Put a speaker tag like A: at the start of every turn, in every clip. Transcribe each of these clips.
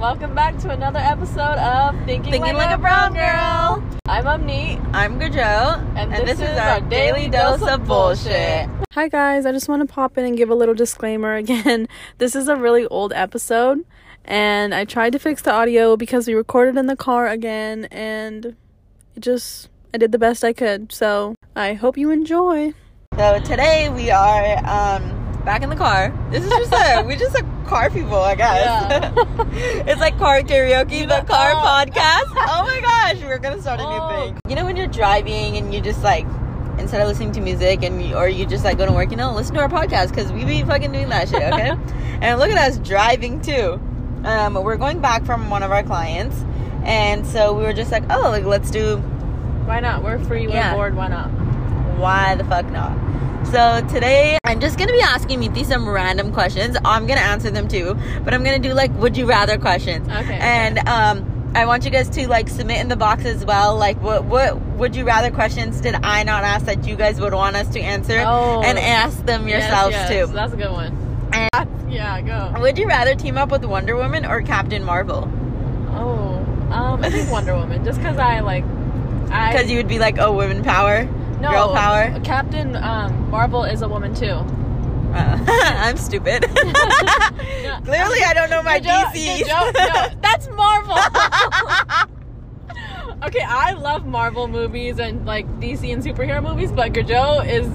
A: Welcome back to another episode of Thinking,
B: Thinking Like a Brown Girl.
A: I'm Omni,
B: I'm Gajo,
A: and, this, is, our daily dose of bullshit.
C: Hi guys, I just want to pop in and give a little disclaimer again. This is a really old episode, and I tried to fix the audio because we recorded in the car again, and it just, I did the best I could. So I hope you enjoy.
B: So today we are um, back in the car. This is just a we just a car people, I guess.
A: Yeah.
B: it's like car karaoke, but car
A: Oh.
B: podcast. Oh my gosh, we're gonna start a
A: Oh.
B: new thing. You know when you're driving and you just like instead of listening to music and you, or you just like go to work, you know, listen to our podcast because we be fucking doing that shit, okay? and look at us driving too. Um, we're going back from one of our clients, and so we were just like, oh, like let's do
A: Why not? We're free. We're
B: Yeah.
A: bored. Why not?
B: why the fuck not? So today I'm just gonna be asking Miti some random questions. I'm gonna answer them too, but I'm gonna do like would you rather questions.
A: Okay.
B: And um I want you guys to like submit in the box as well, like what what would you rather questions did I not ask that you guys would want us to answer,
A: Oh.
B: and ask them
A: Yes,
B: yourselves
A: yes,
B: too.
A: That's a good one.
B: And-
A: Yeah, go.
B: would you rather team up with Wonder Woman or Captain Marvel?
A: Oh, um, I think Wonder Woman. Just because I like, I
B: Because you would be like, oh, women power.
A: no,
B: girl power.
A: Captain um, Marvel is a woman too.
B: Uh, I'm stupid. Clearly, I don't know my
A: Good joke,
B: DCs.
A: good joke, no, that's Marvel. okay, I love Marvel movies and like DC and superhero movies, but Gajo is.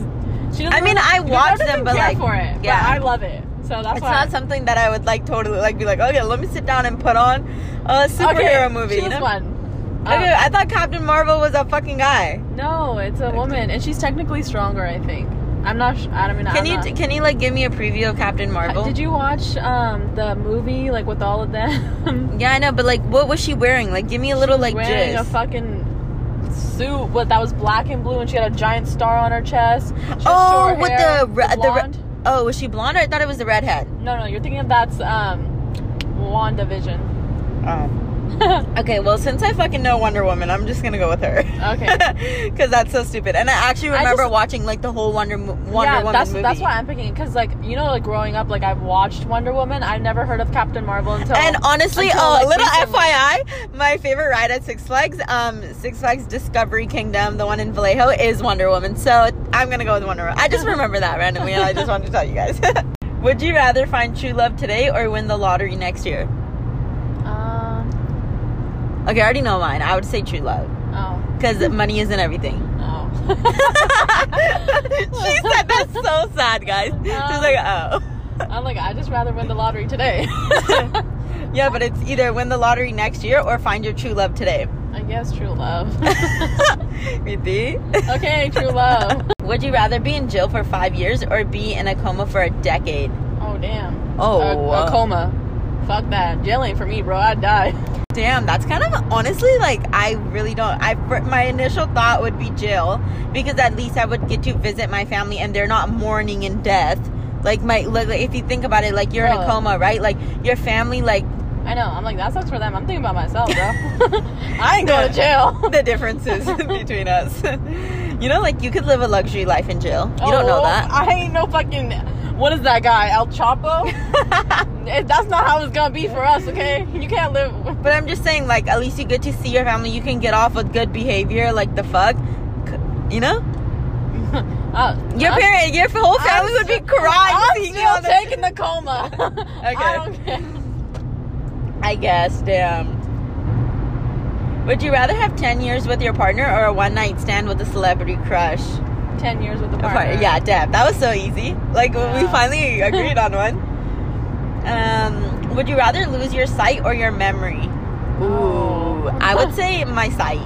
A: She doesn't
B: I mean, I
A: Gajo
B: watch them,
A: doesn't
B: but,
A: care
B: like,
A: for it.
B: yeah.
A: but I love it. So that's
B: it's
A: why.
B: not something that I would like totally like be like, okay, let me sit down and put on a superhero
A: okay,
B: movie.
A: Choose
B: you know?
A: one.
B: Okay,
A: Um,
B: I thought Captain Marvel was a fucking guy.
A: no, it's a woman, and she's technically stronger. I think. I'm not. Sh- I don't mean.
B: Can
A: I'm
B: you
A: not-
B: can you like give me a preview of Captain Marvel?
A: Did you watch um, the movie like with all of them?
B: Yeah, I know, but like, what was she wearing? Like, give me a little like
A: Wearing
B: gist.
A: a fucking suit with, that was black and blue, and she had a giant star on her chest. She had
B: Oh,
A: short
B: with
A: hair,
B: the re- the re-
A: blonde.
B: oh, was she blonde? Or I thought it was the redhead.
A: no, no, you're thinking of that's um, WandaVision.
B: Oh. okay, well, since I fucking know Wonder Woman, I'm just gonna go with her.
A: Okay.
B: Because that's so stupid. And I actually
A: I
B: remember
A: just-
B: watching like the whole Wonder Mo- Wonder
A: yeah,
B: Woman
A: that's
B: movie.
A: that's why I'm picking because like you know like growing up like I've watched Wonder Woman. I've never heard of Captain Marvel until uh,
B: And honestly,
A: until,
B: oh,
A: like,
B: a little
A: recently.
B: FYI, my favorite ride at Six Flags, um, Six Flags Discovery Kingdom, the one in Vallejo, is Wonder Woman. So I'm gonna go with Wonder Woman. I just remember that randomly, and I just wanted to tell you guys. Would you rather find true love today or win the lottery next year?
A: Um,
B: Okay, I already know mine. I would say true love
A: oh
B: because money isn't everything.
A: oh.
B: she said that's so sad, guys. She's like,
A: Um.
B: oh.
A: I'm like I just rather win the lottery today.
B: Yeah, but it's either win the lottery next year or find your true love today.
A: I guess true love.
B: Miti?
A: okay, true love.
B: Would you rather be in jail for five years or be in a coma for a decade?
A: Oh damn.
B: Oh,
A: a, a
B: wow.
A: coma. Fuck that. Jail ain't for me, bro. I'd die.
B: Damn, that's kind of honestly like I really don't. I fir- my initial thought would be jail because at least I would get to visit my family and they're not mourning in death. Like my like like, if you think about it, like you're in a
A: Bro.
B: coma, right? Like your family, like
A: I know. I'm like that sucks for them. I'm thinking about myself, bro. I ain't going to jail.
B: the differences between us. you know, like you could live a luxury life in jail. You don't know
A: Oh,
B: that.
A: I ain't no fucking. What is that guy? El Chapo? Eh, That's not how it's gonna be for us, okay? You can't live.
B: But I'm just saying, like, at least you get to see your family. You can get off with good behavior. Like the fuck, C- you know?
A: Uh,
B: Your
A: I'm-
B: parent, your whole family
A: I'm
B: would be
A: still-
B: crying.
A: I'm
B: seeing you
A: still
B: on the-
A: taking the coma. I
B: Okay.
A: don't care.
B: I guess. Damn. Would you rather have ten years with your partner or a one night stand with a celebrity crush?
A: Ten years with the
B: A par-
A: partner.
B: Yeah, damn. That was so easy. Like we
A: Yeah.
B: finally agreed on one. Um, would you rather lose your sight or your memory?
A: Oh.
B: Ooh, I would say my sight.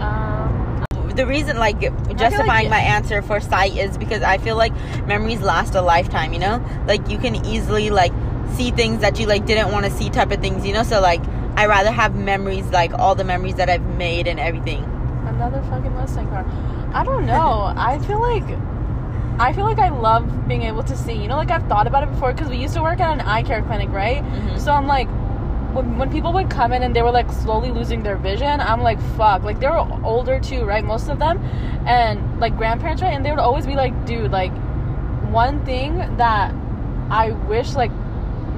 A: Um,
B: the reason like justifying
A: like-
B: my answer for sight is because I feel like memories last a lifetime, you know? Like you can easily like see things that you like didn't want to see type of things, you know? So like I rather have memories like all the memories that I've made and everything.
A: Another fucking Mustang car. I don't know. I feel like I feel like I love being able to see. You know, like I've thought about it before because we used to work at an eye care clinic, right? So I'm like, when, when people would come in and they were like slowly losing their vision, I'm like, fuck. Like they were older too, right? Most of them, and like grandparents, right? And they would always be like, dude, like one thing that I wish like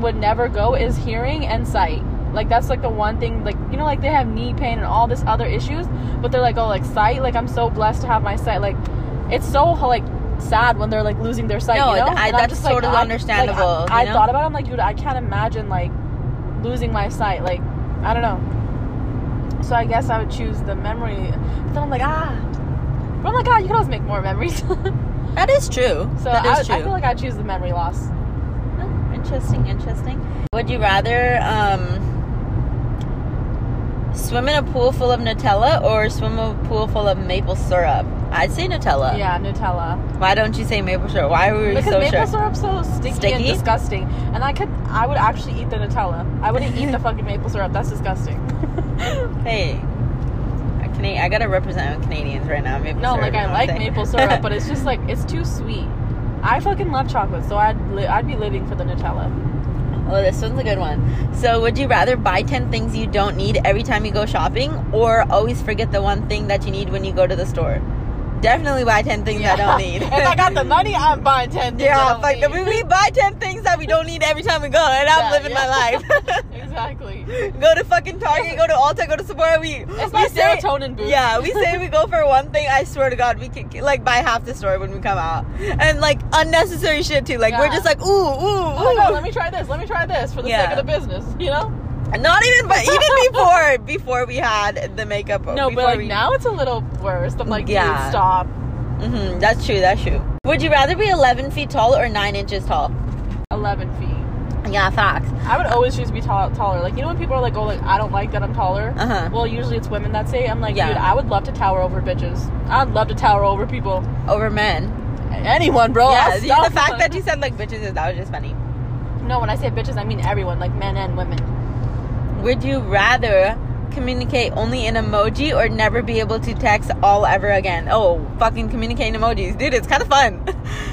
A: would never go is hearing and sight. Like that's like the one thing like you know like they have knee pain and all this other issues, but they're like oh like sight like I'm so blessed to have my sight like it's so like sad when they're like losing their sight.
B: No,
A: you know?
B: I-
A: And I'm
B: that's
A: just, like,
B: totally
A: I- like,
B: understandable,
A: I,
B: you
A: I
B: know?
A: thought about it. I'm like dude, I can't imagine like losing my sight. Like I don't know. So I guess I would choose the memory. But then I'm like ah. But I'm like ah, you can always make more memories.
B: That is true.
A: So
B: that
A: I,
B: is true.
A: I feel like I choose the memory loss.
B: Oh, interesting, interesting. Would you rather um, swim in a pool full of Nutella or swim in a pool full of maple syrup? I'd say Nutella.
A: yeah, Nutella.
B: Why don't you say maple syrup? Why were we
A: Because
B: so
A: maple
B: sure?
A: syrup's so sticky, and
B: Sticky?
A: disgusting. And I could, I would actually eat the Nutella. I wouldn't eat the fucking maple syrup. That's disgusting.
B: Hey, I, can, I gotta represent Canadians right now. Maple
A: No,
B: syrup,
A: like
B: you
A: I
B: know what I'm
A: like
B: saying?
A: maple syrup, but it's just like it's too sweet. I fucking love chocolate, so I'd li- I'd be living for the Nutella.
B: oh, this one's a good one. So, would you rather buy ten things you don't need every time you go shopping, or always forget the one thing that you need when you go to the store? Definitely buy ten things I don't need.
A: if I got the money, I'm buying ten. things I
B: Yeah,
A: don't
B: like
A: need.
B: we, we buy ten things that we don't need every time we go, and I'm
A: Yeah,
B: living
A: yeah.
B: my life.
A: exactly.
B: go to fucking Target, go to Ulta, go to Sephora. We
A: It's
B: we
A: my
B: say,
A: serotonin boost.
B: Yeah, we say we go for one thing. I swear to God, we can like buy half the store when we come out, and like unnecessary shit too. Like we're
A: Yeah.
B: just like ooh ooh ooh.
A: Oh my god, let me try this. Let me try this for the
B: Yeah.
A: sake of the business. You know?
B: Not even, but even before before we had the makeup.
A: No,
B: before
A: but like
B: we,
A: now it's a little worse. I'm like, yeah.
B: Yeah.
A: stop.
B: hmm that's true. That's true. Would you rather be 11 feet tall or nine inches tall?
A: Eleven feet.
B: Yeah, facts.
A: I would always choose to be tall, taller. Like you know when people are like, "Oh, like I don't like that I'm taller."
B: Uh huh.
A: Well, usually it's women that say, it. "I'm like,
B: Yeah.
A: dude, I would love to tower over bitches. I'd love to tower over people,
B: Over men.
A: anyone, bro."
B: yeah,
A: Oh, I'll
B: the,
A: stop
B: the fact
A: them.
B: that you said like bitches is that was just funny.
A: no, when I say bitches, I mean everyone, like men and women.
B: Would you rather communicate only in emoji or never be able to text all ever again? Oh, fucking communicate in emojis, dude. It's kind of fun.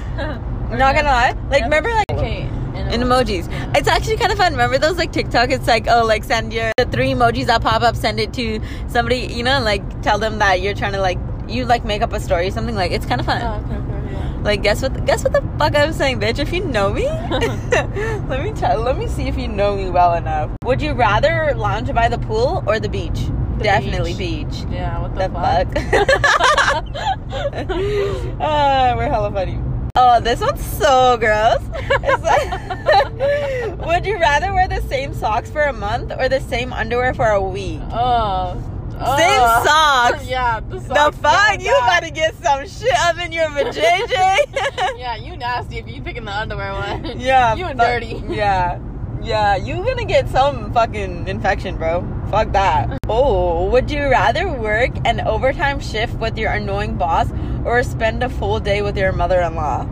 B: Not gonna lie. Like,
A: Never
B: remember like.
A: Okay,
B: In emojis, it's actually kind of fun. Remember those like TikTok? It's like, oh, like send your the three emojis that pop up. Send it to somebody, you know, like tell them that you're trying to like you like make up a story or something. Like it's kind of fun.
A: Oh, okay, okay, yeah.
B: Like guess what? Guess what the fuck I was saying, bitch. If you know me, let me tell. Let me see if you know me well enough. Would you rather lounge by the pool or the beach?
A: The
B: Definitely beach.
A: beach. Yeah, what the,
B: The fuck? Ah, we're hella funny. Oh, this one's so gross. It's like- would you rather wear the same socks for a month or the same underwear for a week?
A: oh, oh.
B: Same socks.
A: Yeah, the,
B: The
A: socks.
B: fuck?
A: Yeah,
B: You about to get some shit up in your vajayjay?
A: Yeah, you nasty if you picking the underwear one.
B: Yeah.
A: You
B: fuck-
A: dirty.
B: Yeah. Yeah, you gonna get some fucking infection, bro. Fuck that. Oh, would you rather work an overtime shift with your annoying boss or spend a full day with your mother-in-law?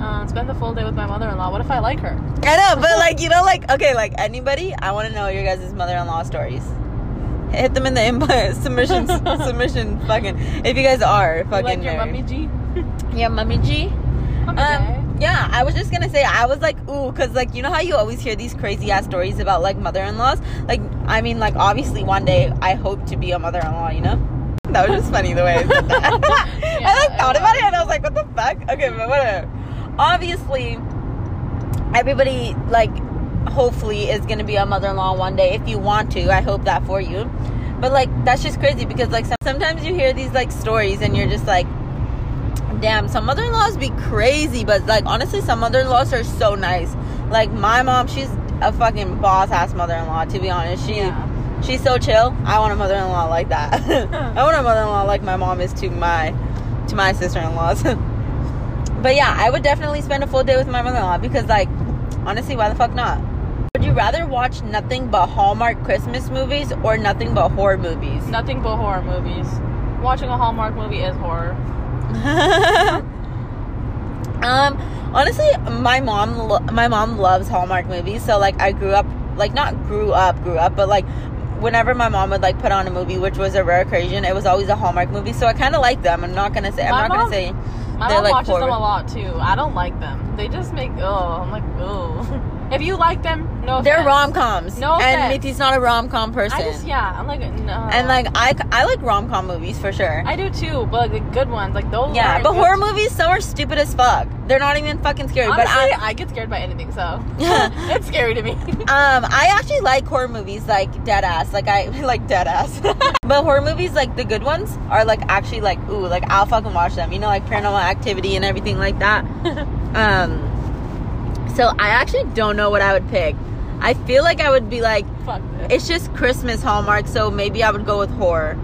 A: Uh, spend the full day with my mother-in-law. What if I like her?
B: I know, but like you know, like okay, like anybody, I want to know your guys' mother-in-law stories. Hit them in the input submissions, submission, fucking. If you guys are
A: You
B: fucking,
A: like your
B: married.
A: mummy G?
B: yeah, mummy G.
A: Mummy
B: Um, yeah, I was just gonna say, I was like, ooh, because like you know how you always hear these crazy ass stories about like mother-in-laws. Like, I mean, like obviously one day I hope to be a mother-in-law. You know, that was just funny the way I said that.
A: Yeah,
B: I like
A: it
B: thought about
A: was.
B: it and I was like, what the fuck? Okay, but whatever. Obviously, everybody like hopefully is gonna be a mother-in-law one day if you want to. I hope that for you. But like that's just crazy because like some- sometimes you hear these like stories and you're just like damn some mother-in-laws be crazy but like honestly some mother-in-laws are so nice like my mom she's a fucking boss ass mother-in-law to be honest she
A: Yeah.
B: she's so chill i want a mother-in-law like that i want a mother-in-law like my mom is to my to my sister-in-laws but yeah i would definitely spend a full day with my mother-in-law because like honestly why the fuck not would you rather watch nothing but hallmark christmas movies or nothing but horror movies
A: Nothing but horror movies. Watching a Hallmark movie is horror.
B: um, honestly, my mom, lo- my mom loves Hallmark movies. So like, I grew up, like not grew up, grew up, but like, whenever my mom would like put on a movie, which was a rare occasion, it was always a Hallmark movie. So I kind of like them. I'm not gonna say. I'm
A: My
B: not
A: mom-
B: gonna say.
A: My
B: They're,
A: mom
B: like,
A: watches them
B: horror.
A: a lot too. I don't like them. They just make oh, I'm like oh. If you like them, no.
B: They're
A: offense.
B: rom coms.
A: No
B: and
A: offense.
B: Mithi's not a rom com person.
A: I just yeah, I'm like no.
B: And like I, I like rom com movies for sure.
A: I do too, but like the good ones, like those.
B: yeah,
A: are
B: but
A: good.
B: horror movies some are stupid as fuck. They're not even fucking scary.
A: Honestly,
B: but I,
A: I, get scared by anything, so
B: Yeah.
A: it's scary to me.
B: Um, I actually like horror movies, like dead ass. Like I like dead ass. but horror movies, like the good ones, are like actually like ooh, like I'll fucking watch them. You know, like Paranormal Activity and everything like that. um, so I actually don't know what I would pick. I feel like I would be like,
A: Fuck this.
B: it's just Christmas Hallmark, so maybe I would go with horror,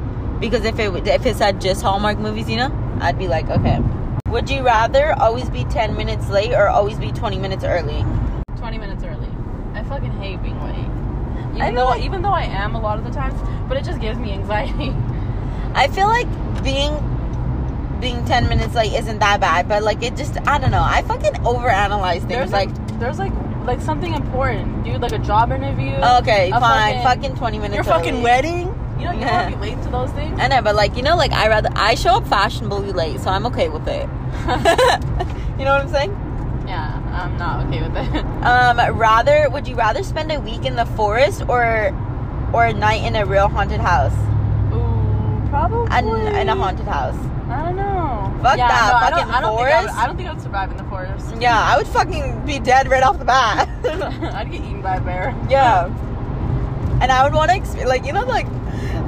B: because if it would- if it said just Hallmark movies, you know, I'd be like, okay. Would you rather always be ten minutes late or always be twenty minutes early?
A: 20 minutes early. I fucking hate being late.
B: I
A: Even
B: know,
A: though,
B: like-
A: even though I am a lot of the times, but it just gives me anxiety.
B: I feel like being being 10 minutes late isn't that bad, but like it just I don't know. I fucking overanalyze things.
A: There's
B: like,
A: like, there's like like something important, dude, like a job interview.
B: Oh, okay,
A: a
B: fine,
A: fucking-
B: fucking 20 minutes.
A: your fucking
B: early.
A: wedding. you know, you
B: Yeah.
A: don't be late to those things.
B: I know, but like you know, like I rather I show up fashionably late, so I'm okay with it. you know what I'm saying?
A: yeah, I'm not okay with it.
B: Um, rather would you rather spend a week in the forest or or a night in a real haunted house?
A: Ooh, probably.
B: And in a haunted house.
A: I don't know.
B: Fuck
A: yeah,
B: that,
A: No, I
B: fucking
A: don't, I don't think I, would,
B: forest.
A: I don't think I would survive in the forest.
B: Yeah, I would fucking be dead right off the bat.
A: I'd get eaten by a bear.
B: Yeah. And I would want to, exp- like, you know, like,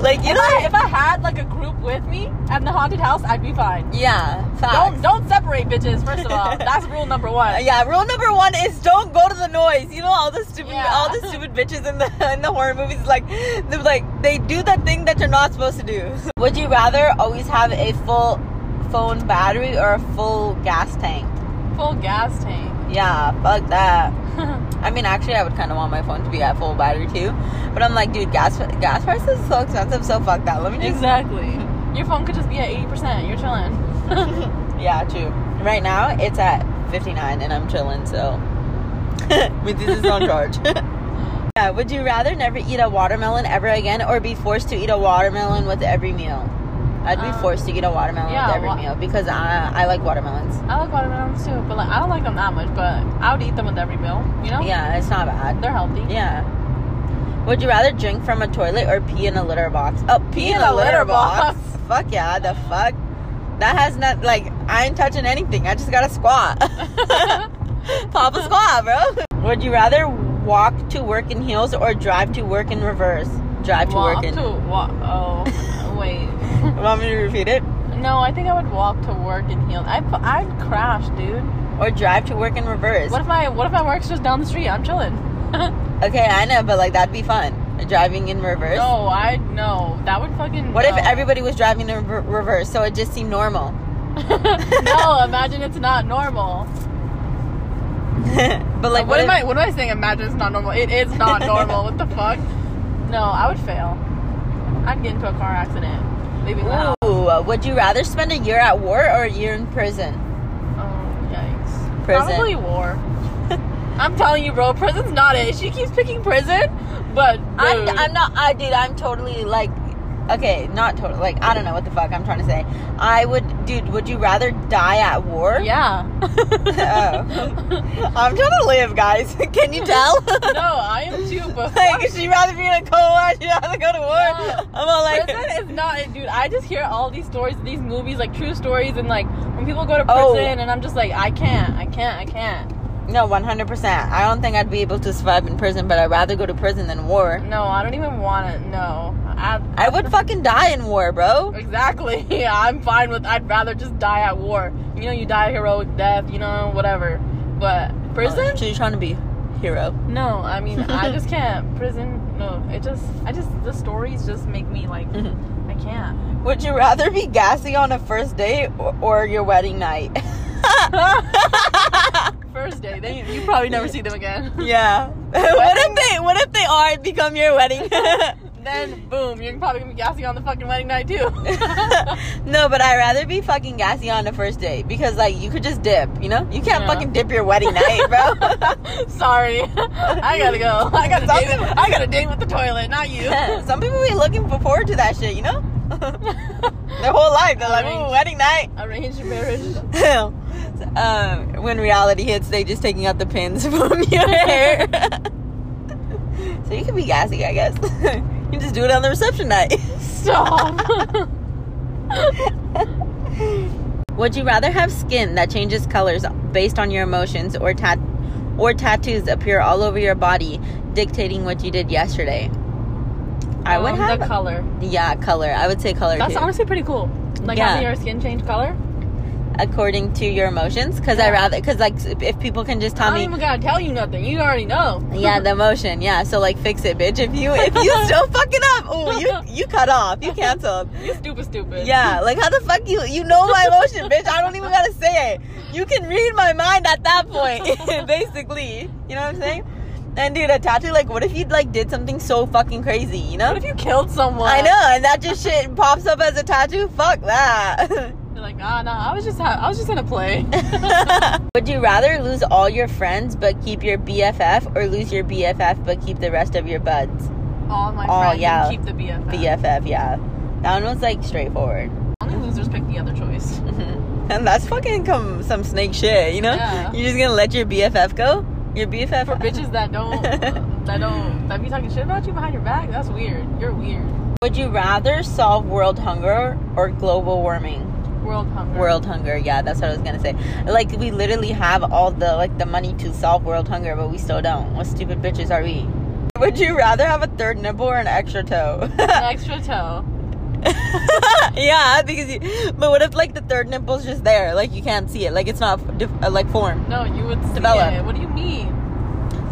B: like you
A: If
B: know,
A: I, if I had like a group with me at the haunted house, I'd be fine.
B: yeah,
A: Don't
B: facts.
A: don't separate bitches. First of all, that's rule number one.
B: yeah, rule number one is don't go to the noise. You know, all the stupid,
A: Yeah.
B: all the stupid bitches in the in the horror movies, like, they're like they do the thing that you're not supposed to do. Would you rather always have a full phone battery or a full gas tank?
A: Full gas tank.
B: Yeah, fuck that. I mean, actually, I would kind of want my phone to be at full battery too, but I'm like, dude, gas gas prices are so expensive, so fuck that. Let me just
A: exactly. Your phone could just be at eighty percent. You're chilling.
B: Yeah, true. Right now it's at 59 and I'm chilling, so. With this is on charge. yeah, would you rather never eat a watermelon ever again or be forced to eat a watermelon with every meal? I'd be
A: Um,
B: forced to eat a watermelon
A: yeah,
B: with every
A: wa-
B: meal because I, I like watermelons.
A: I like watermelons too, but like I don't like them that much. But I would eat them with every meal. You know.
B: Yeah, it's not bad.
A: They're healthy.
B: Yeah. Would you rather drink from a toilet or pee in a litter box? Oh, pee, in, a litter, box. Fuck yeah, the fuck. That has not like I ain't touching anything. I just gotta squat. Pop a squat, bro. Would you rather walk to work in heels or drive to work in reverse? Drive to
A: walk
B: work in.
A: to walk. Oh, wait.
B: Want me to repeat it?
A: No, I think I would walk to work in heels. I I'd crash, dude.
B: Or drive to work in reverse?
A: What if my What if my work's just down the street? I'm chilling.
B: Okay, I know, but like that'd be fun. Driving in reverse.
A: No, I no. That would fucking.
B: What if
A: no.
B: everybody was driving in re- reverse, so it just seemed normal?
A: no, imagine it's not normal.
B: but like,
A: Like, what am I? What am I saying? Imagine it's not normal. It is not normal. what the fuck? No, I would fail. I'd get into a car accident. Leaving the house.
B: Ooh, uh, would you rather spend a year at war or a year in prison?
A: Oh, yikes.
B: Prison.
A: Probably war. I'm telling you, bro. Prison's not it. She keeps picking prison, but
B: I'm,
A: dude.
B: I'm not, I dude, I'm totally like, okay, not totally, like, I don't know what the fuck I'm trying to say. I would, dude, would you rather die at war?
A: Yeah.
B: Oh. I'm trying to live, guys. Can you tell?
A: no, I am too. But
B: like, if she'd rather be in a co-op, she'd rather go to war.
A: No.
B: I'm all like,
A: prison is not it, dude. I just hear all these stories, these movies, like true stories, and like when people go to prison,
B: Oh.
A: and I'm just like, I can't, I can't, I can't.
B: no, 100%. I don't think I'd be able to survive in prison, but I'd rather go to prison than war.
A: No, I don't even want to. No, I,
B: I would fucking die in war, bro.
A: exactly. Yeah, I'm fine with. I'd rather just die at war. You know, you die a heroic death. You know, whatever. But prison?
B: So you're trying to be hero.
A: No, I mean, I just can't. Prison? No, it just, I just, the stories just make me like, I can't.
B: Would you rather be gassy on a first date or, or your wedding night?
A: First day, then you, you probably never see them again.
B: yeah. what if they what if they are and become your wedding?
A: then boom, you're probably gonna be gassing on the fucking wedding night too.
B: no, but I'd rather be fucking gassy on the first date because like you could just dip, you know? You can't
A: Yeah.
B: fucking dip your wedding night, bro.
A: Sorry, I gotta go. I gotta
B: Some
A: date.
B: people-
A: I gotta date with the toilet, not you.
B: Some people be looking forward to that shit, you know? Their whole life. They're like, ooh,
A: Arranged.
B: wedding night.
A: Arranged marriage.
B: um, when reality hits, they just taking out the pins from your hair. so you can be gassy, I guess. you just do it on the reception night.
A: Stop.
B: Would you rather have skin that changes colors based on your emotions or tat or tattoos appear all over your body dictating what you did yesterday? I would
A: Um,
B: have
A: the color.
B: yeah, color. I would say color
A: That's
B: too.
A: honestly pretty cool. Like
B: Yeah.
A: having your skin change color.
B: according to your emotions cuz I
A: Yeah.
B: rather cuz like if people can just tell
A: I don't
B: me
A: even gotta tell you nothing. You already know.
B: yeah, the emotion. Yeah, so like fix it, bitch. If you if you still fucking up, oh, you you cut off. You canceled.
A: you stupid, stupid.
B: Yeah, like how the fuck you you know my emotion, bitch? I don't even gotta say it. You can read my mind at that point, basically. You know what I'm saying? And dude, a tattoo. Like, what if you like did something so fucking crazy? You know?
A: What if you killed someone?
B: I know, and that just shit pops up as a tattoo. Fuck that.
A: You're like, ah, nah. I was just, ha- I was just in a play.
B: Would you rather lose all your friends but keep your BFF, or lose your BFF but keep the rest of your buds?
A: All my
B: Oh,
A: friends and
B: yeah.
A: keep the BFF.
B: BFF, yeah. That one was like straightforward.
A: Only losers pick the other choice.
B: Mhm. And that's fucking com- some snake shit, you know?
A: Yeah.
B: You're just gonna let your BFF go? Your BFF?
A: For bitches that don't, that don't, that be talking shit about you behind your back. That's weird. You're weird.
B: Would you rather solve world hunger or global warming?
A: World hunger.
B: World hunger, yeah, that's what I was gonna say. Like we literally have all the like the money to solve world hunger, but we still don't. What stupid bitches are we? Would you rather have a third nipple or an extra toe?
A: An extra toe.
B: yeah, because you, but what if like the third nipple's just there, like you can't see it, like it's not def- uh, like formed.
A: No, you would see
B: Develop.
A: it. What do you mean?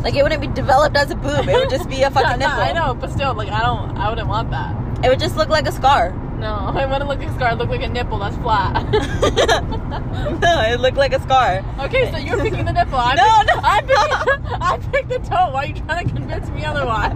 B: Like it wouldn't be developed as a boob. It would just be a fucking
A: No,
B: nipple.
A: no, I know, but still, like, I don't, I wouldn't want that.
B: It would just look like a scar.
A: No, I want to look like a scar. Look like a nipple that's flat.
B: no, it looked like a scar.
A: okay, so you're picking the nipple. I
B: No,
A: pick,
B: no.
A: I picked, I picked the toe. Why are you trying to convince me otherwise?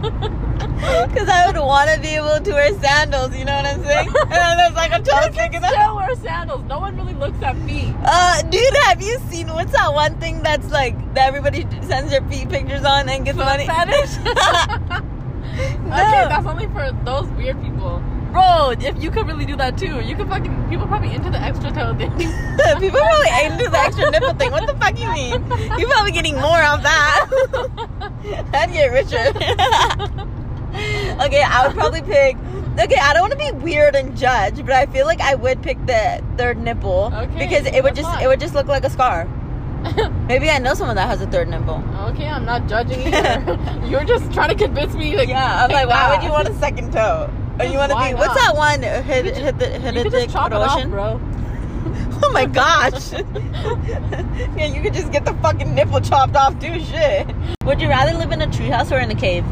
B: Because I would want to be able to wear sandals, you know what I'm saying? And then there's like a toe sticking out.
A: Still wear sandals. No one really looks at feet.
B: Uh, dude, have you seen what's that one thing that's like that everybody sends their feet pictures on and gets money?
A: Fetish. Okay,
B: No.
A: that's only for those weird people. Bro, if you could really do that too, you could fucking people probably into the extra toe thing.
B: People probably ain't into the extra nipple thing. What the fuck you mean? You're probably getting more of that. I'd get richer. okay, I would probably pick. Okay, I don't want to be weird and judge, but I feel like I would pick the third nipple
A: Okay,
B: because it would
A: that's
B: just
A: fine.
B: it would just look like a scar. Maybe I know someone that has a third nipple.
A: okay, I'm not judging either. You're just trying to convince me. Like,
B: Yeah, I'm like,
A: take
B: why
A: that.
B: would you want a second toe? Or you want to
A: Why
B: be what's that
A: not?
B: one? Hit
A: could
B: hit the hit the
A: You could just
B: dick
A: chop it off,
B: promotion?
A: bro.
B: Oh my gosh. yeah, you could just get the fucking nipple chopped off too, shit. Would you rather live in a treehouse or in a cave?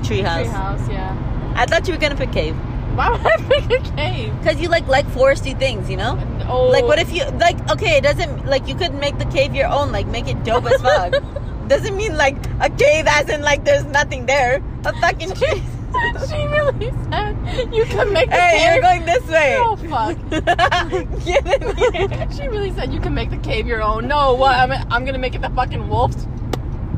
B: Treehouse.
A: Treehouse, yeah.
B: I thought you were gonna pick cave.
A: Why would I pick a cave?
B: Cause you like like foresty things, you know?
A: Oh,
B: Like what if you like okay, it doesn't like you could make the cave your own, like make
A: Oh.
B: it dope as fuck. doesn't mean like a cave as in like there's nothing there. A fucking tree.
A: she really said you can make the
B: hey,
A: cave.
B: you're going this way.
A: Oh fuck!
B: Get in here.
A: she really said you can make the cave your own. No, what? I'm, I'm gonna make it the fucking wolf's.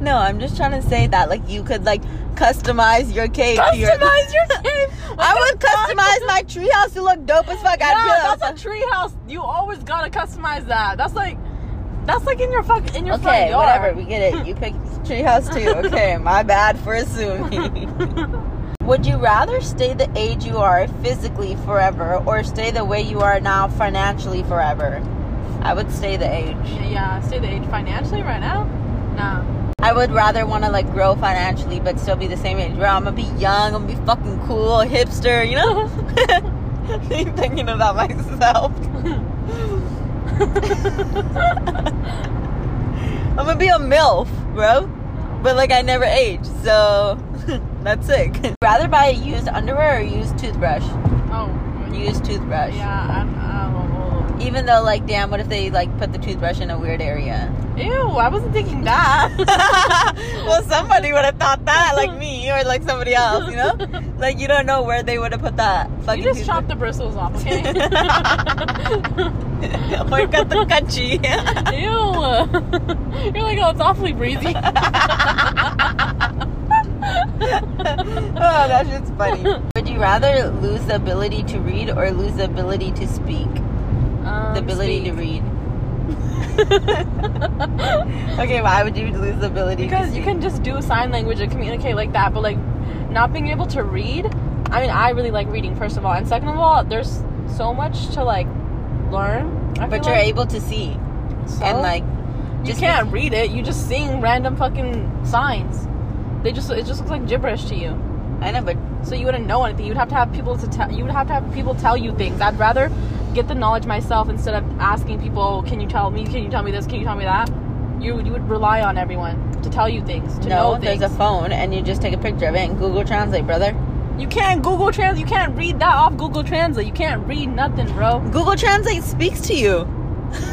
B: No, I'm just trying to say that like you could like customize your cave. to your-
A: Customize your cave?
B: I would customize my treehouse to look dope as fuck.
A: yeah,
B: I'd feel
A: that's a treehouse. You always gotta customize that. That's like, that's like in your fuck in your front
B: okay.
A: yard.
B: Whatever, we get it. You picked treehouse too. Okay, my bad for assuming. would you rather stay the age you are physically forever, or stay the way you are now financially forever? I would stay the age.
A: Yeah, stay the age financially right now. Nah.
B: I would rather want to like grow financially, but still be the same age. Bro, I'm gonna be young. I'm gonna be fucking cool, hipster. You know, thinking about myself. I'm gonna be a MILF, bro. But like I never age, so that's sick. Rather buy a used underwear or used toothbrush?
A: Oh.
B: Used toothbrush.
A: Yeah. I'm, uh, I'm a
B: Even though like damn, what if they like put the toothbrush in a weird area?
A: little- Ew! I wasn't thinking that.
B: well know, somebody would have thought that, like me or like somebody else, you know? Like, you don't know where they would have put that fucking
A: You just
B: toothpick.
A: chop the bristles off, okay?
B: or cut the crunchy.
A: Ew. You're like, oh, it's awfully breezy. Um,
B: oh, that shit's funny. Would you rather lose the ability to read or lose the ability to speak?
A: Um,
B: the ability to
A: speak.
B: read.
A: because
B: Okay, why would you lose the ability to
A: you
B: speak?
A: can just do sign language and communicate like that, but like not being able to read. I mean, I really like reading, first of all, and second of all, there's so much to like learn. I
B: But
A: feel
B: you're
A: like.
B: able to see.
A: So?
B: And, like,
A: you
B: just
A: can't read it. You just sing random fucking signs. They just it just looks like gibberish to you.
B: I know, but
A: so you wouldn't know anything. You'd have to have people to tell. You would have to have people tell you things. I'd rather get the knowledge myself instead of asking people. Can you tell me? Can you tell me this? Can you tell me that? You you would rely on everyone to tell you things to
B: no,
A: know
B: there's
A: things.
B: a phone and you just take a picture of it and Google Translate, brother.
A: you can't Google Translate. You can't read that off Google Translate. You can't read nothing, bro.
B: Google Translate speaks to you.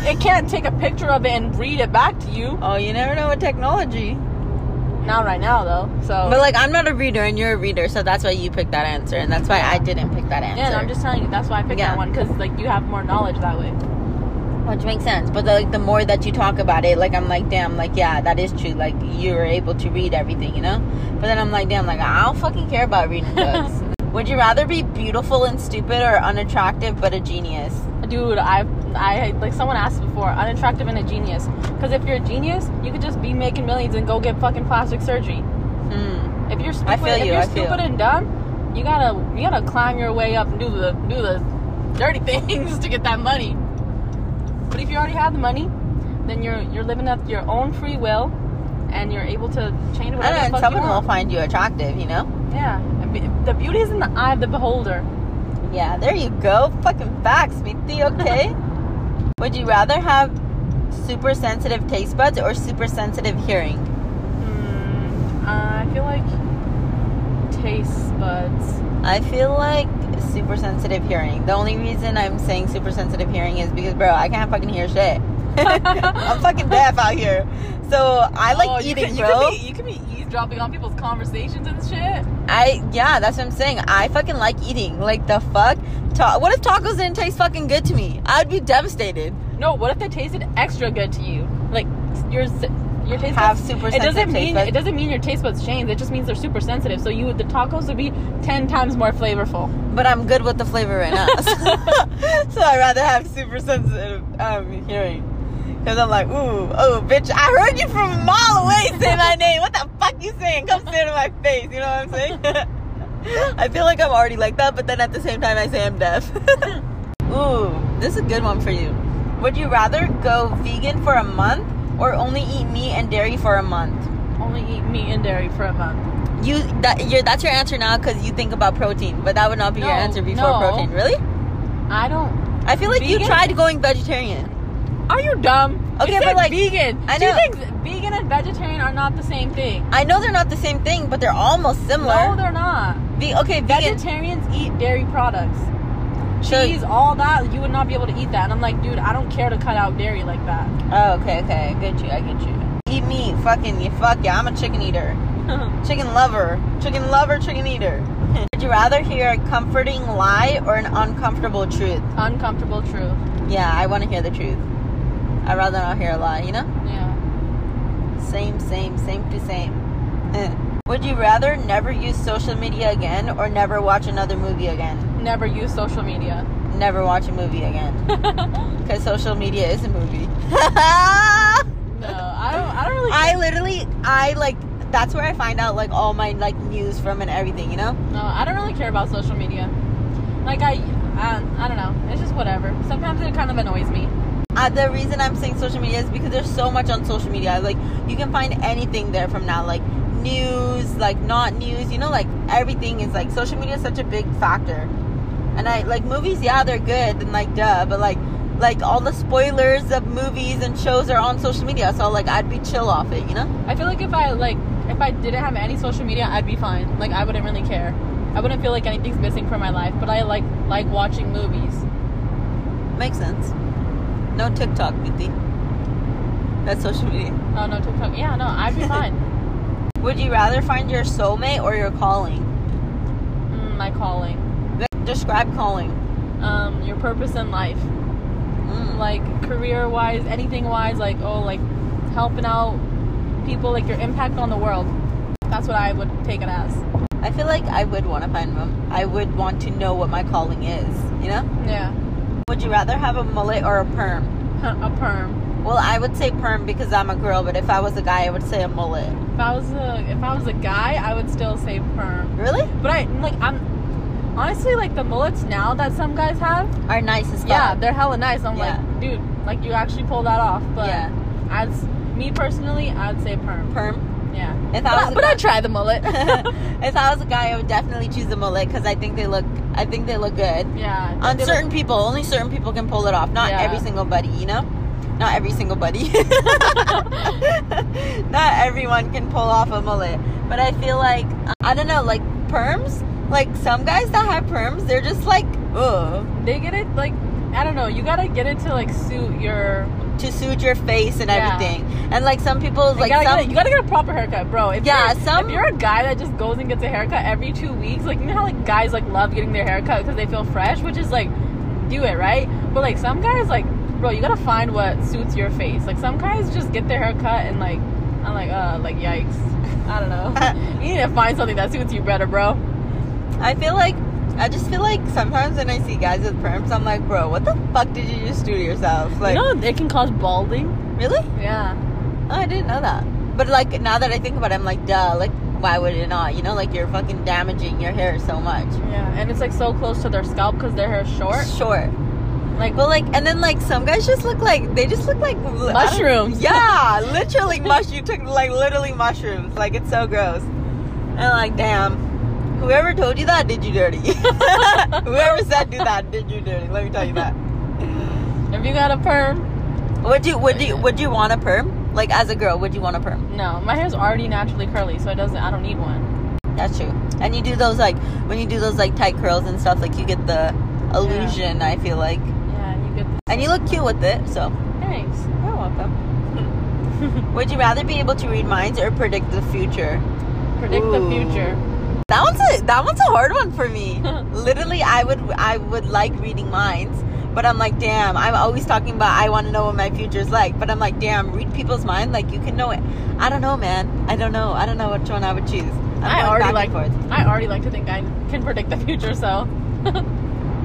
A: It can't take a picture of it and read it back to you.
B: Oh, you never know with technology.
A: Not right now though. So
B: But like, I'm not a reader and you're a reader, so that's why you picked that answer, and that's why I didn't pick that answer.
A: yeah, and I'm just telling you. That's why I picked
B: Yeah.
A: that one because like you have more knowledge that way.
B: Which makes sense, but the, like the more that you talk about it, like I'm like, damn, like yeah, that is true. Like you were able to read everything, you know. But then I'm like, damn, like I don't fucking care about reading books. Would you rather be beautiful and stupid or unattractive but a genius?
A: Dude, I, I like someone asked before, unattractive and a genius. Because if you're a genius, you could just be making millions and go get fucking plastic surgery.
B: Hmm.
A: If you're stupid,
B: feel
A: if
B: you,
A: you're
B: I feel.
A: stupid and dumb, you gotta you gotta climb your way up and do the do the dirty things to get that money. But if you already have the money, then you're you're living up your own free will, and you're able to change
B: I don't
A: whatever
B: know.
A: the
B: Ah, and
A: fuck you
B: Someone will
A: want.
B: find you attractive, you know.
A: Yeah, And be- the beauty is in the eye of the beholder.
B: Yeah, there you go. Fucking facts, Mithy, okay? Would you rather have super sensitive taste buds or super sensitive hearing?
A: Mm, I feel like taste buds.
B: I feel like super sensitive hearing. The only reason I'm saying super sensitive hearing is because, bro, I can't fucking hear shit. I'm fucking deaf out here. So I like
A: Oh,
B: eating,
A: you
B: bro.
A: Could be, you could be eavesdropping on people's conversations and shit.
B: I yeah, that's what I'm saying. I fucking like eating. Like the fuck. Ta- what if tacos didn't taste fucking good to me? I'd be devastated.
A: No, what if they tasted extra good to you? Like your s- your taste
B: Have
A: buds.
B: super
A: It doesn't
B: sensitive taste
A: mean
B: buds.
A: it doesn't mean your taste buds change. It just means they're super sensitive. So you would- the tacos would be ten times more flavorful.
B: but I'm good with the flavor right now. so I'd rather have super sensitive um, hearing. Because I'm like, ooh, oh, bitch, I heard you from a mile away say my name. What the fuck you saying? Come say it in my face. You know what I'm saying? I feel like I'm already like that, but then at the same time, I say I'm deaf. ooh, this is a good one for you. Would you rather go vegan for a month or only eat meat and dairy for a month?
A: Only eat meat and dairy for a month.
B: You that you're, that's your answer now because you think about protein, but that would not be your
A: No,
B: answer before
A: no.
B: protein. Really?
A: I don't.
B: I feel like you
A: Vegan?
B: tried going vegetarian.
A: Are you dumb?
B: Okay,
A: It
B: but
A: said
B: like-
A: vegan.
B: I
A: She
B: know.
A: thinks vegan and vegetarian are not the same thing.
B: I know they're not the same thing, but they're almost
A: No,
B: similar.
A: they're not.
B: Ve- okay, vegan.
A: Vegetarians eat dairy products.
B: So-
A: Cheese, all that, you would not be able to eat that. And I'm like, dude, I don't care to cut out dairy like that.
B: oh, okay, okay. I get you. I get you. Eat meat. Fucking you. Fuck yeah. I'm a chicken eater. Chicken lover. Chicken lover. Chicken eater. Would you rather hear a comforting lie or an uncomfortable truth?
A: Uncomfortable truth.
B: Yeah, I want to hear the truth. I'd rather not hear a lie. You know.
A: Yeah.
B: Same, same, same to same. Eh. Would you rather never use social media again or never watch another movie again?
A: Never use social media.
B: Never watch a movie again.
A: no,
B: Because social media is a movie. I
A: I don't. I don't really.
B: literally, I like, that's where I find out like all my like news from and everything, you know?
A: no, I don't really care about social media. Like I, I, I don't know. It's just whatever. Sometimes it kind of annoys me.
B: Uh, the reason I'm saying social media is because there's so much on social media. Like, you can find anything there from now, like news, like not news, you know, like everything is like social media is such a big factor. And I like movies, yeah, they're good and like duh, but like, like all the spoilers of movies and shows are on social media, so like I'd be chill off it, you know?
A: I feel like if I like, if I didn't have any social media, I'd be fine. Like I wouldn't really care. I wouldn't feel like anything's missing from my life. But I like like watching movies.
B: Makes sense. No TikTok, Mithy. That's social media.
A: Oh, No, no TikTok. Yeah, no, I'd be fine.
B: Would you rather find your soulmate or your calling?
A: Mm, my calling.
B: Describe calling.
A: Um, your purpose in life.
B: Mm.
A: like career wise, anything wise, like oh, like helping out people, like your impact on the world. That's what I would take it as.
B: I feel like I would want to find them. I would want to know what my calling is. You know?
A: Yeah,
B: Would you rather have a mullet or a perm?
A: a perm.
B: Well, I would say perm because I'm a girl, but if I was a guy, I would say a mullet.
A: If I was a if I was a guy, I would still say perm.
B: Really?
A: But I like I'm honestly like the mullets now that some guys have.
B: Are nice as fuck.
A: Yeah, they're hella nice. I'm
B: Yeah.
A: like, dude, like you actually pull that off. But
B: yeah.
A: as me personally, I'd say perm.
B: Perm.
A: Yeah,
B: If
A: but,
B: I
A: I,
B: was,
A: but
B: a
A: I'd try the mullet.
B: guy, if I was a guy, I would definitely choose a mullet because I think they look. I think they look good.
A: yeah,
B: On
A: They look-
B: certain people, only certain people can pull it off. Not
A: Yeah.
B: every single buddy, you know? Not every single buddy. Not everyone can pull off a mullet. But I feel like, I don't know, like perms, like some guys that have perms, they're just like, ugh,
A: they get it like I don't know. You gotta get it to like suit your.
B: to suit your face and
A: Yeah.
B: everything. And like some people,
A: you,
B: like
A: gotta
B: some.
A: get, a- you gotta get a proper haircut, bro. If
B: Yeah,
A: you're,
B: some-
A: If you're a guy that just goes and gets a haircut every two weeks, like you know how like guys like love getting their haircut because they feel fresh, which is like, do it right. But like some guys, like bro, you gotta find what suits your face. Like some guys just get their haircut and like, I'm like, uh, like yikes. I don't know. you need to find something that suits you better, bro.
B: I feel like I just feel like sometimes when I see guys with perms, I'm like, bro, what the fuck did you just do to yourself? Like,
A: you know it can cause balding.
B: really?
A: Yeah.
B: Oh, I didn't know that. But like now that I think about it, I'm like, duh. Like, why would it not? You know, like you're fucking damaging your hair so much.
A: Yeah, and it's like so close to their scalp because their hair's short.
B: Short.
A: Like,
B: But like, and then like some guys just look like they just look like I don't-
A: Mushrooms.
B: Yeah, literally mush. You took like literally mushrooms. Like it's so gross. And I'm like, damn. Whoever told you that did you dirty. Whoever said do that did you dirty. Let me tell you that.
A: if you got a perm,
B: Would you would you would you want a perm? Like as a girl, would you want a perm?
A: no, my hair's already naturally curly, so it doesn't. I don't need one.
B: That's true. And you do those like when you do those like tight curls and stuff, like you get the illusion. I feel like,
A: Yeah, and you get the
B: and you look cute with it. So
A: thanks.
B: you're welcome. Would you rather be able to read minds or predict the future?
A: Predict
B: Ooh.
A: the future.
B: That one's a that one's a hard one for me. Literally, I would I would like reading minds, but I'm like, damn. I'm always talking about I want to know what my future's like, but I'm like, damn, read people's mind. Like you can know it. I don't know, man. I don't know. I don't know which one I would choose. I'm
A: I
B: going
A: already
B: back and
A: like-
B: forth.
A: I already like to think I can predict the future, so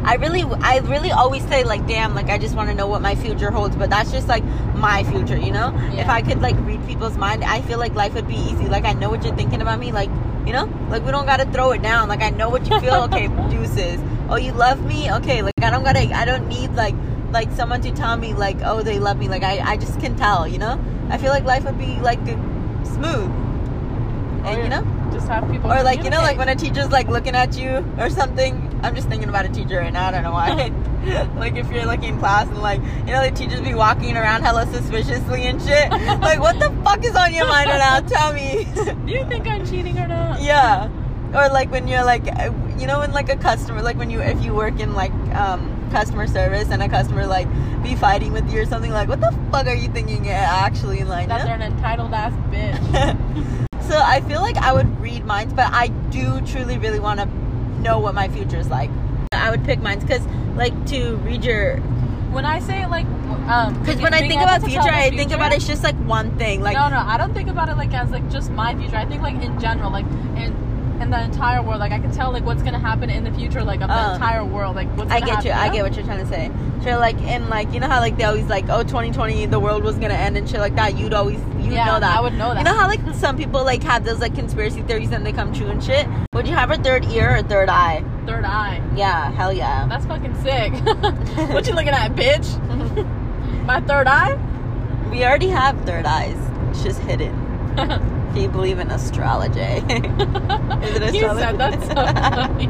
B: I really, I really always say like, damn, like I just want to know what my future holds. But that's just like my future, you know.
A: Yeah.
B: If I could like read people's mind, I feel like life would be easy. Like I know what you're thinking about me. Like you know, like we don't gotta throw it down. Like I know what you feel. Okay, deuces. Oh, you love me. Okay, like I don't gotta. I don't need like like someone to tell me like, oh, they love me. Like I, I just can tell. You know. I feel like life would be like smooth.
A: Oh,
B: And you know
A: just have people.
B: or like you know like
A: communicate.
B: when a teacher's like looking at you or something i'm just thinking about a teacher right now i don't know why like if you're looking in class and like you know the teachers be walking around hella suspiciously and shit like what the fuck is on your mind right now tell me
A: Do you think I'm cheating or not?
B: yeah or like when you're like uh, you know when like a customer like when you if you work in like um customer service and a customer like be fighting with you or something like what the fuck are you thinking uh, actually like you
A: That
B: know?
A: they're an entitled ass bitch.
B: so I feel like I would read minds, but I do truly really want to know what my future is like. I would pick minds because, like, to read your.
A: When I say like, um,
B: Because
A: being-
B: when I
A: being
B: think
A: able
B: about
A: to
B: future,
A: tell the
B: I think about
A: future-
B: it's just like one thing. Like,
A: no, no, I don't think about it like as like just my future. I think like in general, like in in the entire world, like I can tell like what's gonna happen in the future, like of the
B: Um,
A: entire world, like what's.
B: I
A: gonna
B: get you. I
A: happen,
B: get what you're trying to say. So like, in like, you know how like they always like, oh, 2020, the world was gonna end and shit like that. You'd always you
A: yeah,
B: know that.
A: I would know that.
B: You know how like some people like have those like conspiracy theories and they come true and shit. Would you have a third ear or a third eye?
A: Third eye.
B: Yeah, hell yeah.
A: That's fucking sick. what you looking at, bitch? My third eye?
B: We already have third eyes. It's just hidden. if you believe in astrology. Is it
A: you said that's so funny.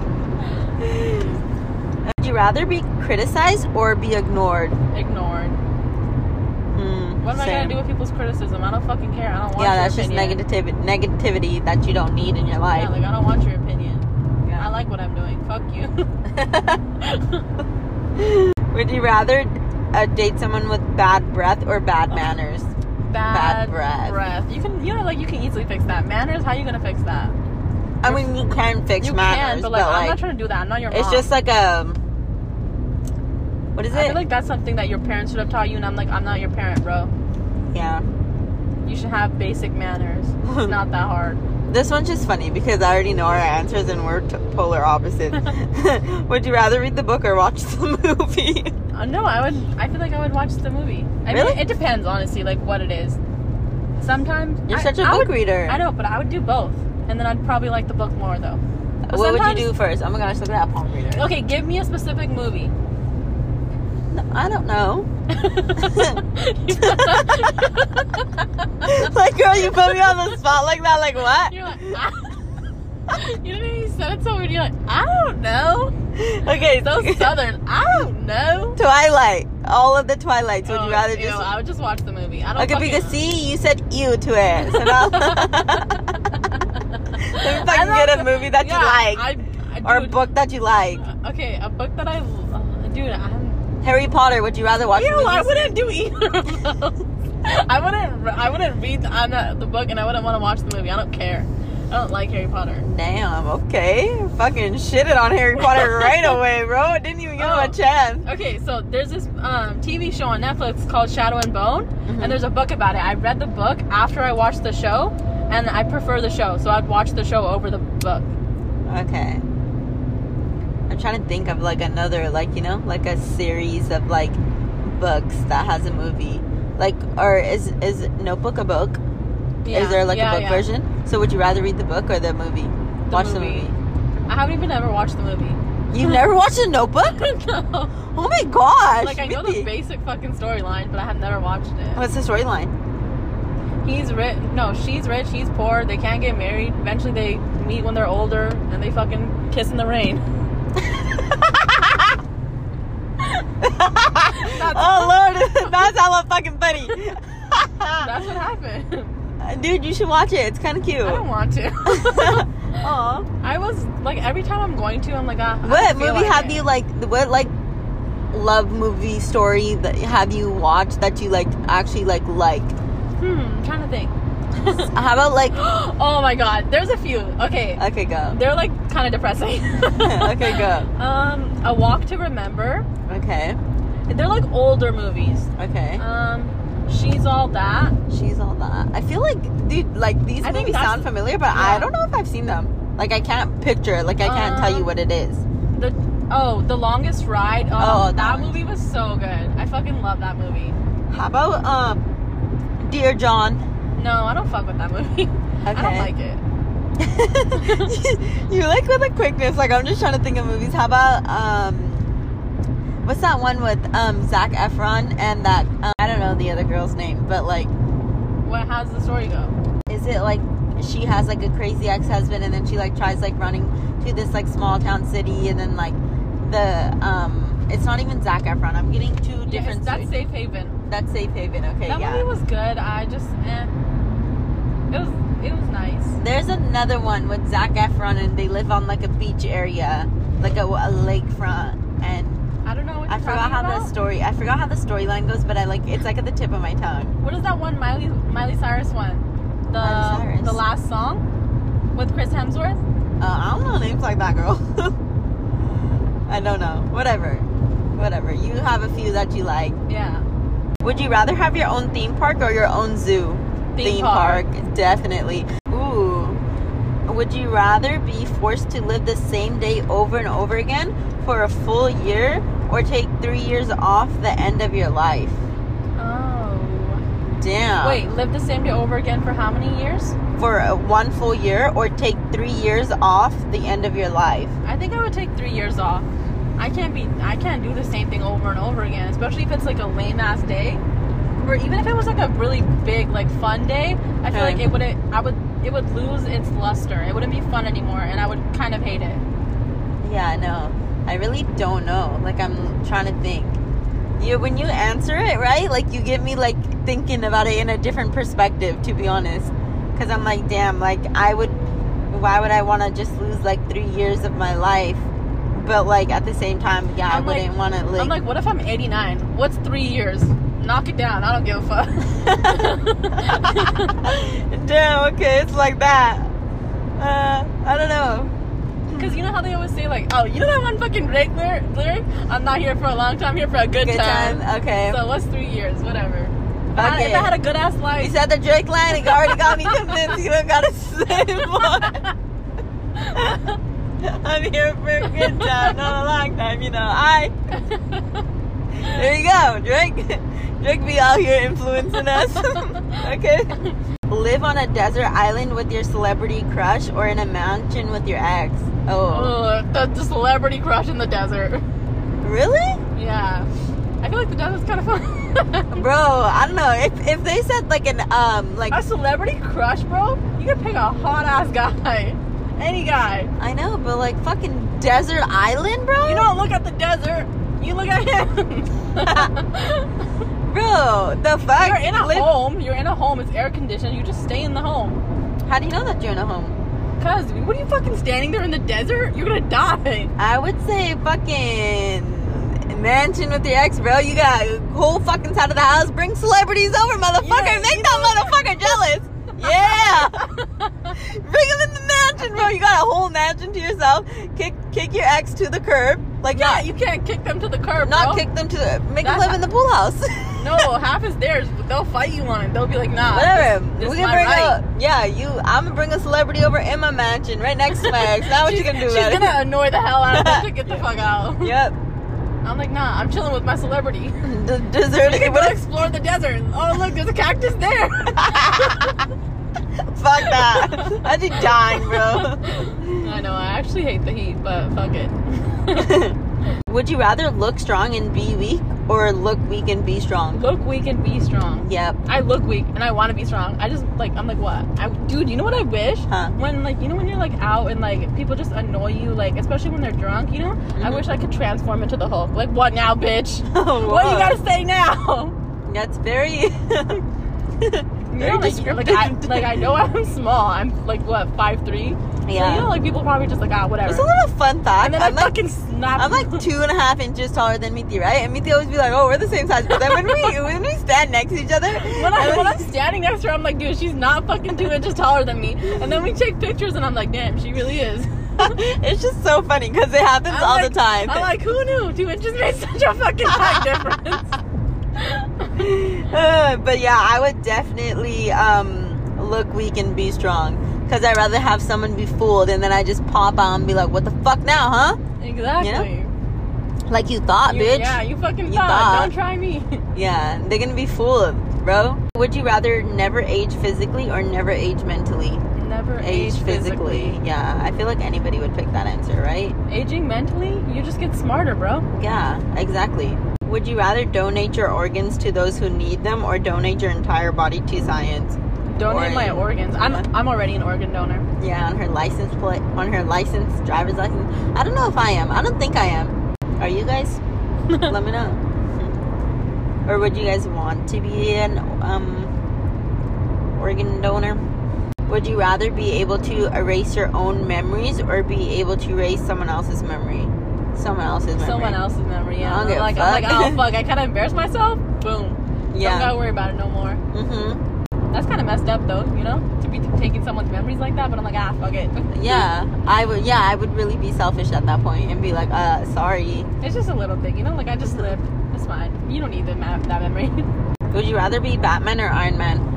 B: Would you rather be criticized or be ignored?
A: Ignored.
B: Hmm,
A: What am I gonna do with people's criticism? I don't fucking care. I don't want
B: Yeah,
A: your
B: that's just
A: opinion.
B: negativ- negativity that you don't need in your
A: Yeah,
B: life.
A: like I don't want your opinion. I
B: Yeah.
A: like what I'm doing. Fuck you.
B: Would you rather uh, date someone with bad breath or bad manners?
A: bad,
B: breath.
A: You can, you know, like you can easily fix that. Manners, how you gonna fix that?
B: I mean, you can fix
A: you
B: manners,
A: can, but like, I'm not trying to do that. I'm not your mom.
B: it's just like a. What is
A: I
B: it?
A: feel like that's something that your parents should have taught you, and I'm like, I'm not your parent, bro.
B: yeah.
A: You should have basic manners. It's not that hard.
B: This one's just funny because I already know our answers and we're t- polar opposites. Would you rather read the book or watch the movie?
A: Uh, no, I would. I feel like I would watch the movie. I mean,
B: Really?
A: it depends, honestly, like what it is. Sometimes
B: You're
A: I-
B: such a
A: I
B: book
A: would-
B: reader.
A: I know, but I would do both, and then I'd probably like the book more though. But
B: What would you
A: sometimes-
B: do first? Oh my gosh, look at that palm reader.
A: Okay, give me a specific movie.
B: No, I don't know.
A: You're
B: like, girl, you put me on the spot like that. Like, what?
A: like, ah. you know, you said it so weird. You're like, I don't know.
B: Okay,
A: So southern. I don't know.
B: Twilight. All of the Twilights. Would you rather
A: ew,
B: just?
A: I would just watch the movie. I don't.
B: Okay,
A: fucking
B: because
A: know.
B: see, you said you to it, so now
A: Let
B: me fucking get a movie that you like.
A: I, I,
B: or a
A: dude,
B: book that you like.
A: Okay, a book that I, uh, dude, I'm.
B: Harry Potter. Would you rather watch?
A: Ew,
B: the
A: I
B: movies?
A: wouldn't do either of those. I wouldn't. re- I wouldn't read the, I'm not, the book, and I wouldn't want to watch the movie. I don't care. I don't like Harry Potter.
B: Damn. Okay. Fucking shitted on Harry Potter right away, bro. I didn't even give him
A: Oh.
B: a chance.
A: Okay, so there's this um, TV show on Netflix called Shadow and Bone,
B: Mm-hmm.
A: and there's a book about it. I read the book after I watched the show, and I prefer the show, so I'd watch the show over the book.
B: Okay. I'm trying to think of like another, like you know, like a series of like books that has a movie. Like, or is is Notebook a book?
A: Yeah,
B: Is there like
A: yeah,
B: a book
A: yeah.
B: version? So would you rather read the book or the movie? watch
A: movie.
B: the movie.
A: I haven't even ever watched the movie.
B: You've never watched a Notebook?
A: no.
B: Oh my gosh!
A: Like I know the
B: Vicky.
A: basic fucking storyline, but I have never watched it.
B: What's the storyline?
A: He's rich. No, she's rich. He's poor. They can't get married. Eventually, they meet when they're older, and they fucking kiss in the rain.
B: oh lord, that's hella fucking funny.
A: That's what happened.
B: Dude, you should watch it. It's kind of cute.
A: I don't want to.
B: Aw.
A: I was like, every time I'm going to, I'm like, ah. I
B: What
A: don't feel
B: movie
A: like
B: have
A: it.
B: you like? What like love movie story that have you watched that you like actually like like?
A: Hmm, I'm trying to think.
B: How about like?
A: oh my god, there's a few. Okay,
B: Okay, go.
A: they're like kind of depressing.
B: Okay, go.
A: Um, A Walk to Remember.
B: Okay,
A: They're like older movies.
B: okay.
A: Um, She's All That.
B: She's all that. I feel like, dude, like these
A: I think
B: movies
A: that's-
B: sound familiar, but I
A: yeah.
B: don't know if I've seen them. Like, I can't picture it. Like, I can't tell you
A: Um,
B: what it is.
A: The oh, The Longest Ride. Oh,
B: Oh, that
A: that,
B: one.
A: movie was so good. I fucking love that movie.
B: How about um, Dear John?
A: No, I don't fuck with that movie. I don't
B: Okay.
A: like it.
B: you like with a quickness. Like, I'm just trying to think of movies. How about um. What's that one with um Zach Efron and that um, I don't know the other girl's name, but like,
A: What? How's the story go?
B: is it like she has like a crazy ex-husband and then she like tries like running to this like small town city and then like the um it's not even Zach Efron. I'm getting two
A: Yeah, it's-
B: different.
A: that's Safe Haven.
B: That's Safe Haven. Okay,
A: That
B: yeah.
A: movie was good. I just eh. It was it was nice.
B: There's another one with Zach Efron, and they live on like a beach area, like a, a lakefront. And
A: I don't know what
B: I
A: you're
B: forgot
A: talking
B: how
A: about.
B: the story. I forgot how the storyline goes, but I like it's like at the tip of my tongue.
A: what is that one Miley Miley Cyrus one? The
B: Miley Cyrus.
A: the last song with Chris Hemsworth.
B: Uh, I don't know names like that, girl. I don't know. Whatever, whatever. You have a few that you like.
A: Yeah.
B: Would you rather have your own theme park or your own zoo? definitely. Ooh. Would you rather be forced to live the same day over and over again for a full year or take three years off the end of your life?
A: Oh.
B: Damn.
A: Wait, live the same day over again for how many years?
B: For a one full year or take three years off the end of your life?
A: I think I would take three years off. I can't be. I can't do the same thing over and over again, especially if it's like a lame ass day, or even if it was like a really big, like fun day. I feel
B: Okay.
A: like it would. I would. It would lose its luster. It wouldn't be fun anymore, and I would kind of hate it.
B: Yeah, no. I really don't know. Like, I'm trying to think. You, when you answer it, right? Like, you get me, like, thinking about it in a different perspective, to be honest. Because I'm like, damn, like, I would, why would I want to just lose, like, three years of my life? But, like, at the same time, yeah,
A: I'm
B: I
A: like-
B: wouldn't want to, like,
A: I'm like, what if I'm 89? What's three years? knock it down. I don't give a fuck.
B: Damn, okay, it's like that. Uh, I don't know.
A: Because you know how they always say, like, oh, you know that one fucking Drake lyric? lyric? I'm not here for a long time, I'm here for a good,
B: Good
A: time.
B: time. Okay.
A: So what's three years? Whatever. If I, had-
B: Okay.
A: if I had a good ass life.
B: you said the Drake line, it already got me convinced. You don't gotta say more. I'm here for a good time, not a long time. You know, I. There you go, Drake. Drake be out here influencing us. okay. Live on a desert island with your celebrity crush or in a mountain with your ex. Oh.
A: Ugh, the, the celebrity crush in the desert.
B: Really?
A: Yeah. I feel like the desert's kind of fun.
B: Bro, I don't know. If if they said like an um like
A: a celebrity crush, bro? You can pick a hot ass guy. Any guy.
B: I know, but like fucking desert island, bro?
A: You don't look at the desert, you look at him.
B: Bro, the fuck?
A: you're in a
B: Live-
A: home. You're in a home. It's air conditioned. You just stay in the home.
B: How do you know that you're in a home?
A: Cause what are you fucking standing there in the desert? You're gonna die.
B: I would say fucking mansion with your ex, bro. You got a whole fucking side of the house. Bring celebrities over, motherfucker.
A: Yeah,
B: Make that motherfucker jealous. Yeah. Bring him in the mansion, bro. You got a whole mansion to yourself. Kick kick your ex to the curb. Like
A: Yeah,
B: not,
A: you can't kick them to the curb.
B: not
A: bro.
B: kick them to the make them
A: That's-
B: live in the pool house.
A: No, half is theirs, but they'll fight you on it. They'll be like, nah.
B: Whatever.
A: this
B: we
A: is
B: can
A: my
B: bring
A: right.
B: a yeah. You, I'm gonna bring a celebrity over in my mansion right next to my ex. Now what you gonna do
A: She's
B: about
A: gonna annoy the hell out of them to get the fuck out.
B: it? Yep.
A: I'm like, nah, I'm chilling with my celebrity.
B: D- dessert.
A: We can go
B: What if-
A: explore the desert. Oh, look, there's a cactus there.
B: Fuck that. I'd be dying, bro.
A: I know, I actually hate the heat, but fuck it.
B: Would you rather look strong and be weak, or look weak and be strong?
A: look weak and be strong.
B: Yep.
A: I look weak and I want to be strong. I just like I'm like what? I dude, you know what I wish?
B: Huh.
A: When like you know when you're like out and like people just annoy you like especially when they're drunk, you know? I
B: Mhm.
A: wish I could transform into the Hulk. Like what now, bitch?
B: Oh,
A: What you
B: whoa.
A: gotta say now?
B: That's very.
A: You
B: Very
A: know, like, you're- like, I,
B: descriptive.
A: like I know I'm small. I'm like what five three.
B: yeah.
A: you know, like people probably just like ah whatever.
B: it's a little fun thought.
A: and then
B: I'm
A: I
B: like,
A: fucking snap.
B: I'm like two and a half inches taller than Mithi, right? And Mithi always be like, "Oh, we're the same size." But then when we when we stand next to each other,
A: when, I,
B: I'm
A: when
B: like-
A: I'm standing next to her, I'm like, dude, she's not fucking two inches taller than me. And then we take pictures, and I'm like, damn, she really is.
B: it's just so funny because it happens
A: I'm
B: all
A: like-
B: the time.
A: I'm like, who knew? Two inches made such a fucking high difference.
B: Uh, but yeah, I would definitely um, look weak and be strong. Because I'd rather have someone be fooled and then I just pop out and be like, what the fuck now, huh?
A: Exactly.
B: Like you thought,
A: You-
B: bitch.
A: Yeah, you fucking
B: You
A: thought.
B: thought.
A: Don't try me.
B: Yeah, they're gonna be fooled, bro. Would you rather never age physically or never age mentally?
A: Never age, physically.
B: Yeah, I feel like anybody would pick that answer, right?
A: Aging mentally, you just get smarter, bro.
B: Yeah, exactly. Would you rather donate your organs to those who need them or donate your entire body to science?
A: Donate my organs. I'm
B: Yeah.
A: I'm already an organ donor.
B: Yeah, on her license plate, on her license, driver's license. I don't know if I am. I don't think I am. Are you guys? Let me know. Hmm. Or would you guys want to be an um, organ donor? Would you rather be able to erase your own memories or be able to erase someone else's memory? Someone else's memory.
A: Someone else's memory.
B: I
A: Yeah.
B: don't
A: I'm
B: give a
A: like I'm like,
B: fuck.
A: oh fuck, I kind of embarrassed myself. Boom. Don't
B: Yeah.
A: gotta worry about it no more.
B: Mm-hmm.
A: That's kind of messed up though, you know, to be taking someone's memories like that. But I'm like, ah, fuck it.
B: Yeah. I would. Yeah, I would really be selfish at that point and be like, uh, sorry.
A: It's just a little thing, you know. Like I just lived. It's fine. You don't need the ma- that memory.
B: Would you rather be Batman or Iron Man?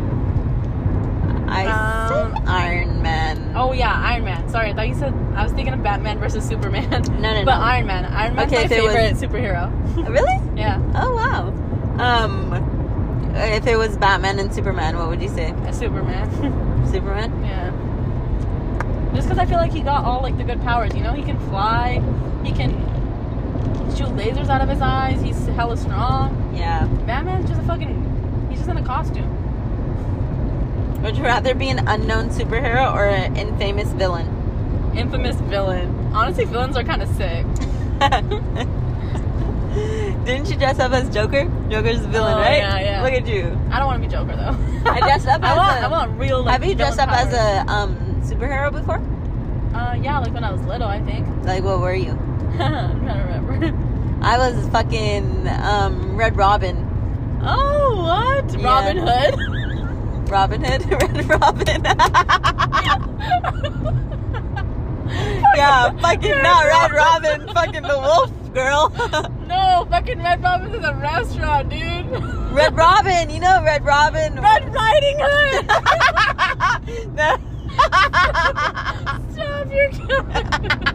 B: I
A: Um,
B: said Iron Man.
A: Oh yeah, Iron Man. Sorry, I thought you said I was thinking of Batman versus Superman.
B: no, no,
A: but
B: no.
A: Iron Man. Iron Man's
B: Okay,
A: my
B: if it was-
A: favorite superhero.
B: really?
A: Yeah,
B: Oh wow. Um, if it was Batman and Superman, what would you say?
A: a Superman.
B: Superman?
A: yeah. Just because I feel like he got all like the good powers, you know, he can fly, he can shoot lasers out of his eyes. He's hella strong.
B: Yeah.
A: Batman's just a fucking. He's just in a costume.
B: Would you rather be an unknown superhero or an infamous villain?
A: Infamous villain. Honestly, villains are kind of sick.
B: Didn't you dress up as Joker? Joker's the villain,
A: Oh,
B: right?
A: yeah, yeah.
B: Look at you.
A: I don't want to be Joker though.
B: I dressed up
A: I
B: as
A: want,
B: a-
A: I want real. Like,
B: Have you dressed up
A: villain
B: as
A: powers.
B: a um superhero before?
A: Uh, yeah, like when I was little, I think.
B: Like, what were you?
A: I don't remember.
B: I was fucking um Red Robin.
A: Oh, what?
B: Yeah.
A: Robin Hood.
B: Robin Hood, Red Robin. yeah, fucking not Red Robin, fucking the wolf girl.
A: No, fucking Red Robin's in a restaurant, dude.
B: Red Robin, you know Red Robin.
A: Red Riding Hood.
B: No.
A: Stop, you're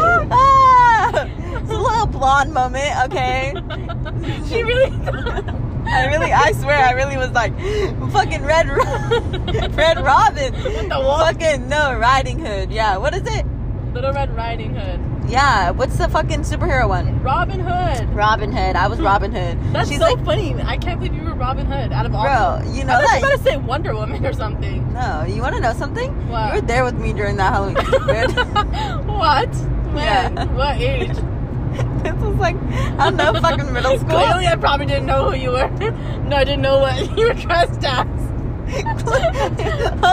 B: Ah, it's a little blonde moment, okay?
A: killing. she really.
B: I really, I swear, I really was like, fucking Red, Ro- Red Robin,
A: What the wolf?
B: fucking no Riding Hood. Yeah, what is it?
A: Little Red Riding Hood.
B: Yeah, what's the fucking superhero one?
A: Robin Hood.
B: Robin Hood. I was Robin Hood.
A: That's
B: She's
A: so
B: like,
A: funny. I can't believe you were Robin Hood out of all.
B: bro, you know
A: I was
B: that.
A: about to say Wonder Woman or something.
B: No, you want to know something?
A: What?
B: You were there with me during that Halloween. dude.
A: what? When?
B: Yeah.
A: What age?
B: this was like, I don't know, fucking middle school.
A: Clearly, I probably didn't know who you were. No, I didn't know what you were dressed as.
B: I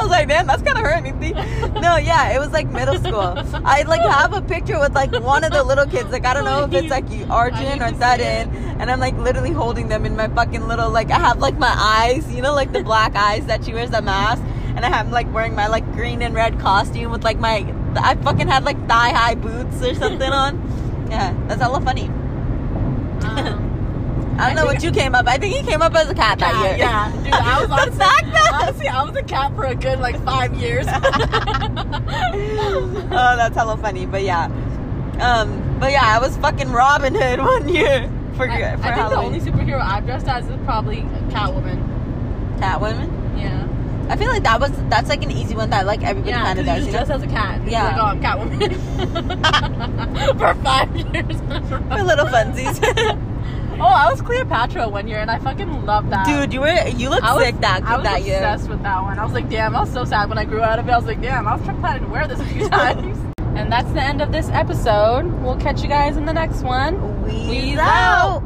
B: was like, damn, that's kind of hurting me. No, yeah, it was like middle school. I like have a picture with like one of the little kids. Like I don't know if it's like you Arjun
A: need
B: or
A: to see
B: Thadden, and I'm like literally holding them in my fucking little like I have like my eyes, you know, like the black eyes that she wears the mask, and I have like wearing my like green and red costume with like my I fucking had like thigh high boots or something on. Yeah, that's hella funny.
A: Um,
B: I don't know what you came up. I think he came up as a cat that year.
A: yeah, dude, I was
B: The
A: honestly,
B: fact that-
A: honestly, I was a cat for a good like five years.
B: oh, that's hella funny. But yeah, um, but yeah, I was fucking Robin Hood one year for
A: I, I
B: for
A: think the
B: Halloween.
A: only superhero I've dressed as is probably Catwoman.
B: Catwoman.
A: Yeah.
B: I feel like that was that's like an easy one that like everybody
A: Yeah,
B: kind of
A: 'cause you
B: does.
A: just
B: You know?
A: dress as a cat. You're
B: Yeah.
A: Like, oh, I'm Catwoman. for five years. in a row.
B: For little funsies.
A: Oh, I was Cleopatra one year, and I fucking loved that.
B: Dude, you were you look
A: I was,
B: sick that
A: I was
B: that year.
A: obsessed with that one. I was like, damn, I was so sad when I grew out of it. I was like, damn, I was planning to wear this a few times. and that's the end of this episode. We'll catch you guys in the next one.
B: We's
A: We's
B: out.